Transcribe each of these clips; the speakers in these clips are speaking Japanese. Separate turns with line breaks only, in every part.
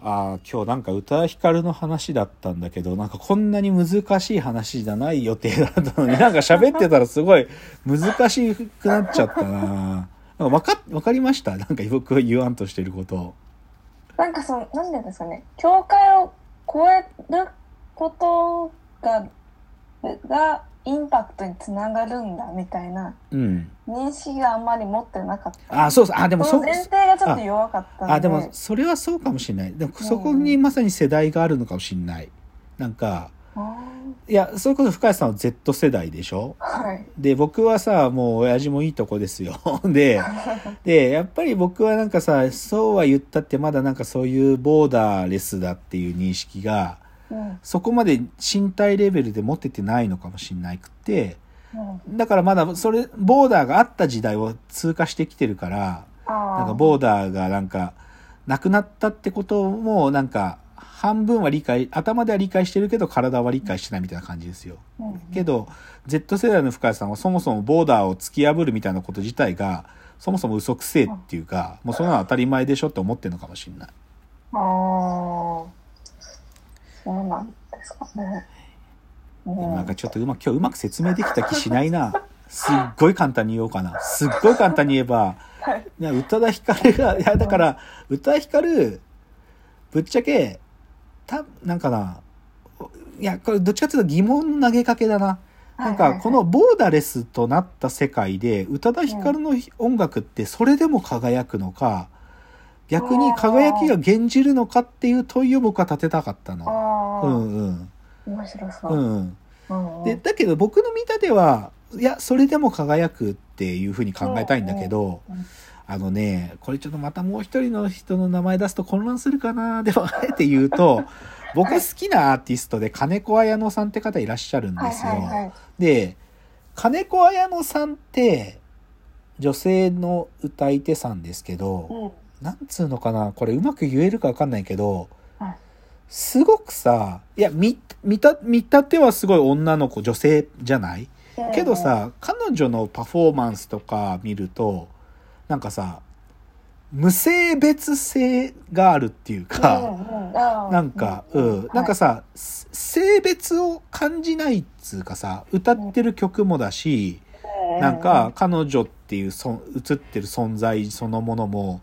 ああ今日なんか宇多田ヒカルの話だったんだけどなんかこんなに難しい話じゃない予定だった のになんか喋ってたらすごい難しくなっちゃったななんか分か分かりましたなんか僕が言わんとしてることを
なんかその、なんでですかね、境界を超えることが、が、インパクトにつながるんだ、みたいな、
うん
認識があんまり持ってなかった。
ああそうそうあでも
そ
そ
の前提がちょっと弱かったんで。
あでもそれはそうかもしれないでもそこにまさに世代があるのかもしれないなんか
あ
いやそれこそ深谷さんは Z 世代でしょ
ーはい。
で僕はさもう親父もいいとこですよ ででやっぱり僕はなんかさそうは言ったってまだなんかそういうボーダーレスだっていう認識が
うん。
そこまで身体レベルで持っててないのかもしれなくて
うん。
だからまだそれボーダーがあった時代を通過してきてるから
ああ。
なんかボーダーがなんかなくなったってこともなんか半分は理解頭では理解してるけど体は理解してないみたいな感じですよ。
うん
けど Z 世代の深谷さんはそもそもボーダーを突き破るみたいなこと自体がそもそも嘘くせえっていうかもうそんなの当たり前でしょって思ってるのかもしれない。
ああ。そうなんですかね。う
でもなんか
ん。
ちょっとうま今日うまく説明できた気しないな。すっごい簡単に言おうかな。すっごい簡単に言えば、
はい
な宇多田ヒカルが、いや、だから、宇多田ヒカル、ぶっちゃけ、た、なんかな、いや、これどっちかっていうと疑問の投げかけだな。なん
はいはい
か、
はい
このボーダレスとなった世界で、宇多田ヒカルの音楽ってそれでも輝くのか、逆に輝きが現じるのかっていう問いを僕は立てたかった
あ
の。うん
あ。
うん。
面白そうう。
んうん。
うん
で、だけど僕の見たではいやそれでも輝くっていうふうに考えたいんだけど、
うんうん
あのねこれちょっとまたもう一人の人の名前出すと混乱するかなでもあえて言うと僕好きなアーティストで金子綾乃さんって方いらっしゃるん
は
で
い
すよ。
はいはい。
で金子綾乃さんって女性の歌い手さんですけど、
うん。
なんつうのかなこれうまく言えるかわかんないけど、
はい
すごくさいや見見た見たてはすごい女の子女性じゃないけどさ彼女のパフォーマンスとか見るとなんかさ無性別性があるっていう
うん、
か、
うんうんあー
なんか、う、
うん
なんかさ、す性別を感じないっつうかさ、歌ってる曲もだし、
はい
なんか、彼女っていうそ映ってる存在そのものも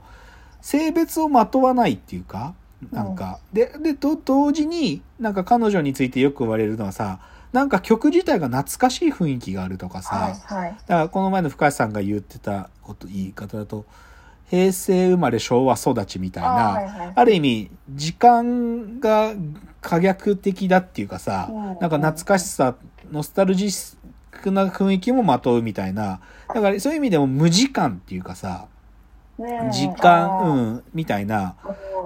性別をまとわないっていうかなんか、ででと同時になんか彼女についてよく言われるのはさなんか曲自体が懐かしい雰囲気があるとかさ、
はいはい
だからこの前の深橋さんが言ってたこと言い方だと平成生まれ昭和育ちみたいな
あーはいはい
ある意味時間が可逆的だっていうかさ、
うん
なんか懐かしさノスタルジックな雰囲気もまとうみたいなだからそういう意味でも無時間っていうかさ
ねえ
時間
あ
う
ー
んみたいな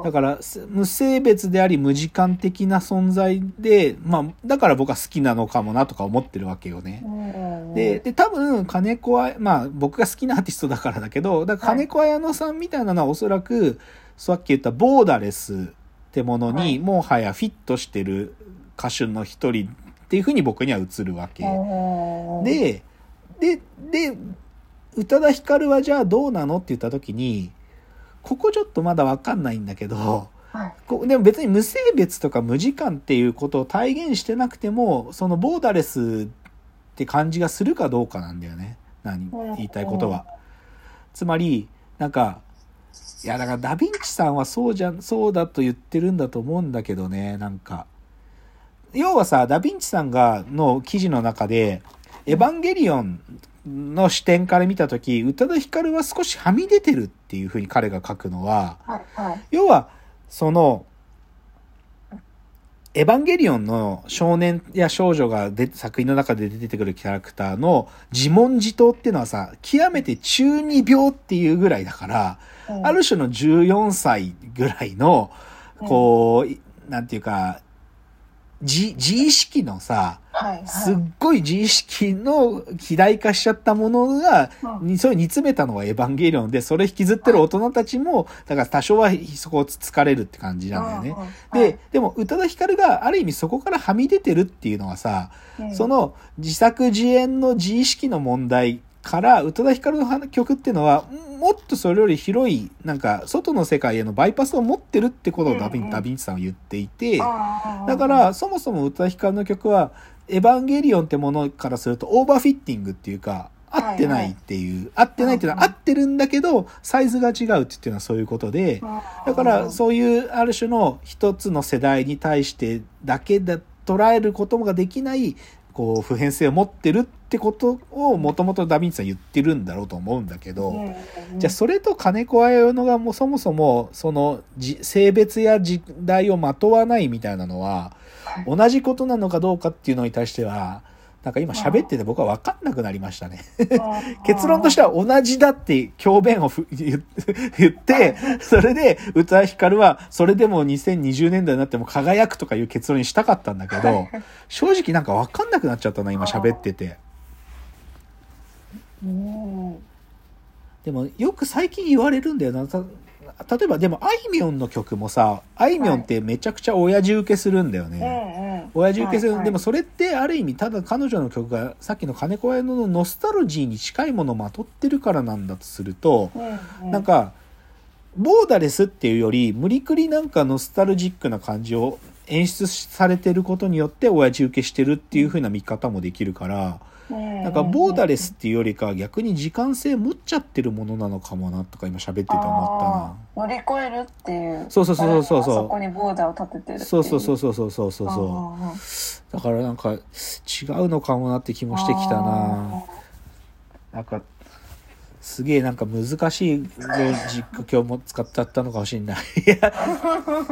う
だからす無性別であり無時間的な存在でまあだから僕は好きなのかもなとか思ってるわけよね。
ん
で、で、多分、金子あ、まあ、僕が好きなアーティストだからだけど、だから金子綾乃さんみたいなのはおそらく、さっき言ったボーダレスってもの
は
に、
い
もはやフィットしてる歌手の一人っていうふうに僕には映るわけ。
うん
で、で、で、宇多田ヒカルはじゃあどうなのって言った時に、ここちょっとまだわかんないんだけど、
はい
こでも別に無性別とか無時間っていうことを体現してなくてもそのボーダレスって感じがするかどうかなんだよね何
うん
言いたいことは。つまりなんかいやだからダヴィンチさんはそうじゃそうだと言ってるんだと思うんだけどねなんか。要はさダヴィンチさんがの記事の中で「エヴァンゲリオン」の視点から見た時宇多田ヒカルは少しはみ出てるっていうふうに彼が書くのは。
はいはい
要はその「エヴァンゲリオン」の少年や少女がで作品の中で出てくるキャラクターの自問自答っていうのはさ極めて中二病っていうぐらいだから、
うん
ある種の14歳ぐらいのこう、いなんていうか自自意識のさ
はいはい
すっごい自意識の肥大化しちゃったものが
うん
にそれ煮詰めたのはエヴァンゲリオンで、それ引きずってる大人たちも、だから多少はそこをつつかれるって感じなんだよね。
うんうん
で、でも宇多田ヒカルがある意味そこからはみ出てるっていうのはさ、
はい
その自作自演の自意識の問題から宇多田ヒカルの曲っていうのはもっとそれより広いなんか外の世界へのバイパスを持ってるってことをダヴィン,、
うんうん
ダヴィンチさんは言っていて
あー
だからそもそも宇多田ヒカルの曲は「エヴァンゲリオン」ってものからするとオーバーフィッティングっていうか合ってないっていう、合ってないっていうのは
う
合
んうん
ってるんだけどサイズが違うっていうのはそういうことで。だからそういうある種の一つの世代に対してだけで捉えることができないこう普遍性を持ってるってことをもともとダ・ヴィンチさん言ってるんだろうと思うんだけど、じゃあそれと金子綾乃がもうそもそもそのじ性別や時代をまとわないみたいなのは
はい
同じことなのかどうかっていうのに対してはなんか今喋ってて僕は分かんなくなりましたね。結論として
は
は同じだって教鞭をふ 言って、それで宇多田ヒカルはそれでも2020年代になっても輝くとかいう結論にしたかったんだけど、正直なんかわかんなくなっちゃったな、今喋ってて。
うん
でもよく最近言われるんだよな。た例えばでもあいみょんの曲もさ、あいみょんってめちゃくちゃ親父受けするんだよね。
うん
親父受けする、
はいはい
でもそれってある意味ただ彼女の曲がさっきの金子綾乃のノスタルジーに近いものをまとってるからなんだとすると、
うん
なんか、ボーダレスっていうより、無理くりなんかノスタルジックな感じを演出されてることによって、親父受けしてるっていう風な見方もできるから、
な
なんか、ボーダレスっていうよりか、逆に時間性持っちゃってるものなのかもな、とか今喋ってて思ったな。
あー乗り越えるっていう
そうそうそうそうそう
あそこにボーダーを立ててる
そうそうそううそうそうそうそうそ。
そう
だからなんか、違うのかもなって気もしてきたな。なんか、すげえなんか難しいロジック今日も使っちゃったのかもしれない。 いや、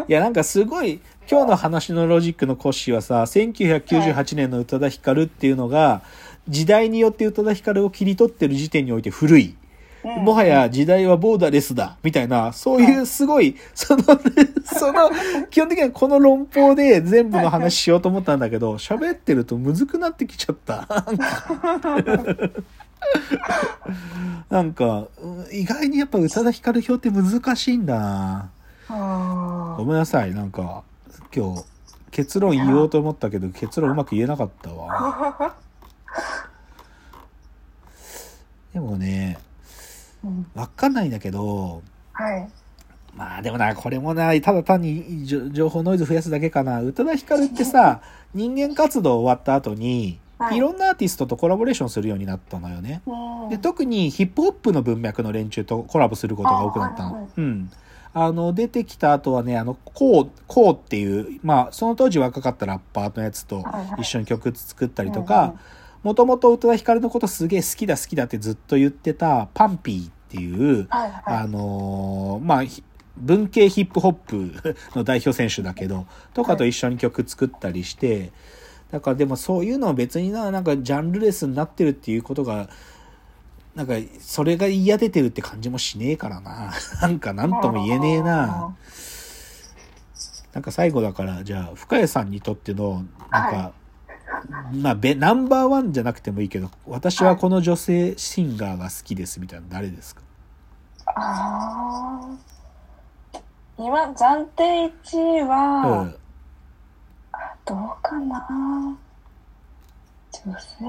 いやなんかすごい、今日の話のロジックの骨子はさ、1998年の宇多田ヒカルっていうのが、時代によって宇多田ヒカルを切り取ってる時点において古い。もはや時代はボーダーレスだ、みたいな、そういうすごい、その、 その、基本的にはこの論法で全部の話しようと思ったんだけど、喋ってるとむずくなってきちゃった。なんかなんか、うん意外にやっぱ宇多田ヒカル表って難しいんだな。
あ
ごめんなさい、なんか、今日、結論言おうと思ったけど、結論うまく言えなかったわ。でもね、
ーうん
わかんないんだけど、
はい
まあでもな、これもな、ただ単にじょ情報ノイズ増やすだけかな。宇多田ヒカルってさ、人間活動終わった後に、
はい
いろんなアーティストとコラボレーションするようになったのよね。
うん
で特にヒップホップの文脈の連中とコラボすることが多くなった
あはいは
の
い。
うん。あの、出てきた後はね、あの、こう、こうっていう、まあ、その当時若かったラッパーのやつと
はいはい
一緒に曲作ったりと
うんうん
か、もともと宇多田ヒカルのことすげえ好きだ好きだってずっと言ってたパンピーっていう、
はいは
あ
い
のーまあ、ひ文系ヒップホップ の代表選手だけど、とかと一緒に曲作ったりして、だからでもそういうのを別にな、なんかジャンルレスになってるっていうことが、なんかそれが嫌出てるって感じもしねえからな。 なんかなんとも言えねえな。なんか最後だから、じゃあ、深谷さんにとっての、なんか、まあ、べナンバーワンじゃなくてもいいけど、私はこの女性シンガーが好きですみたいなの誰ですか
あーあー今暫定1位は、
うん
どうかな女性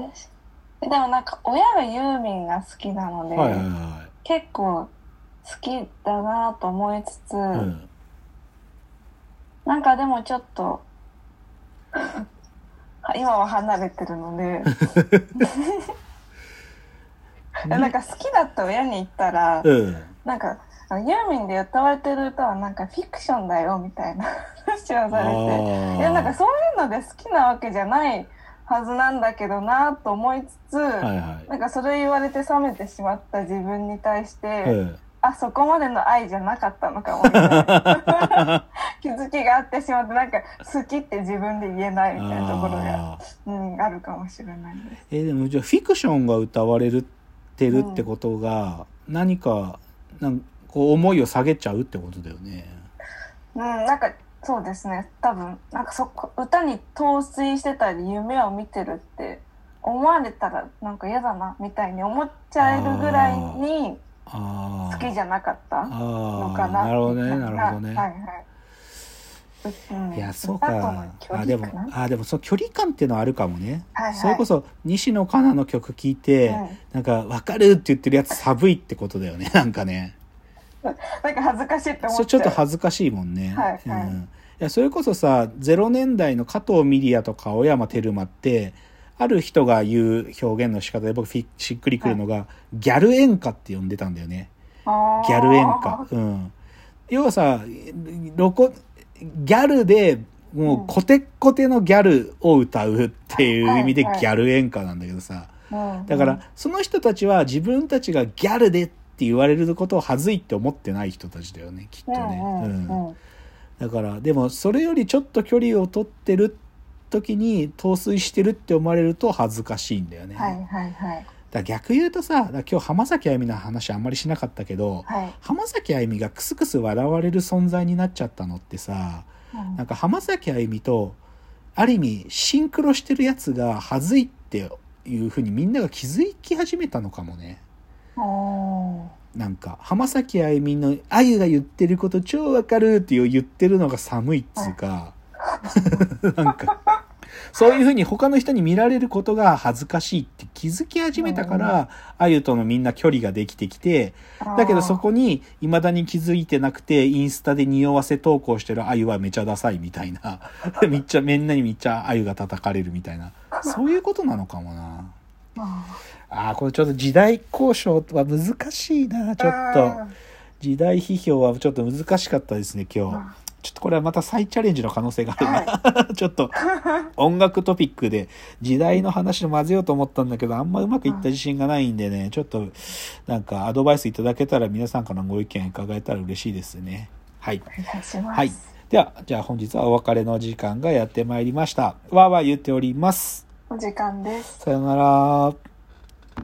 でもなんか親がユーミンが好きなので、
はいはいは
結構好きだなと思いつつ、
い。うん
なんかでもちょっと 今は離れてるのでなんか好きだって親に言ったら、
うん。
なんかあのユーミンで歌われてる歌はなんかフィクションだよみたいな 話をされて。いやなんかそういうので好きなわけじゃないはずなんだけどなと思いつつ、
あーはいはい。
なんかそれ言われて冷めてしまった自分に対して、
うん
あそこまでの愛じゃなかったのかもみた いな気づきがあってしまってなんか好きって自分で言えないみたいなところが、
あー
うん、あるかもしれないです。
えーでもじゃあフィクションが歌われるってるってことが、何かなんこう思いを下げちゃうってことだよね。
うん、なんかそうですね多分なんかそこ歌に陶酔してたり夢を見てるって思われたらなんか嫌だなみたいに思っちゃえるぐらいに
ああ。
好きじゃなかった
あ
の
あ
か
ー。
な
なるほど
みた
ね
い
なるほどね。
はいはいうん
いやそう
歌との
か
距離
あでも
かな
あでもその距離感っていうのはあるかもね、
はいはい
それこそ西野カナの曲聴いて、
うん
なんか「分かる」って言ってるやつ寒いってことだよねなんかね
なんか恥ずかしいって思っ
そ
ちゃ
れ
う
ちょっと恥ずかしいもんね、
はいはい
うん、いやそれこそさ0年代の加藤ミリヤとか青山テルマってある人が言う表現の仕方で僕フィしっくりくるのが、ギャル演歌って呼んでたんだよね
あー
ギャル演歌。うん。要はさ、ロコ、ギャルで、もうコテッコテのギャルを歌うっていう意味でギ
はいはい
ャル演歌なんだけどさ。
うん
だから、その人たちは自分たちがギャルでって言われることを恥ずいって思ってない人たちだよね、きっと
うん
ね。
うん
うん
うんうん
だから、でもそれよりちょっと距離を取ってる時に、陶酔してるって思われると恥ずかしいんだよね。
はいはいはい
だから逆言うとさ、だから今日浜崎あゆみの話あんまりしなかったけど、
はい
浜崎あゆみがクスクス笑われる存在になっちゃったのってさ
うん
なんか浜崎あゆみとある意味シンクロしてるやつが恥ずいっていうふうにみんなが気づき始めたのかもね
おー
なんか浜崎あゆみの「あゆが言ってること超わかる」っていう言ってるのが寒いっつうかなんかそういうふうに他の人に見られることが恥ずかしいって気づき始めたからあゆとのみんな距離ができてきてだけどそこに未だに気づいてなくてインスタで匂わせ投稿してる鮎はめちゃダサいみたい なめっちゃみんなにめっちゃ鮎が叩かれるみたいなそういうことなのかもな
あーあ
あーこれちょっと時代交渉は難しいな
ー
ちょっと時代批評はちょっと難しかったですね今
う
日
ん
ちょっとこれはまた再チャレンジの可能性があるな、
は
ちょっと音楽トピックで時代の話を混ぜようと思ったんだけどあんまうまくいった自信がないんでねちょっとなんかアドバイスいただけたら皆さんからのご意見伺えたら嬉しいですねはい
お願いします
はいではじゃあ本日はお別れの時間がやってまいりましたわーわー言っております
お時間です
さよなら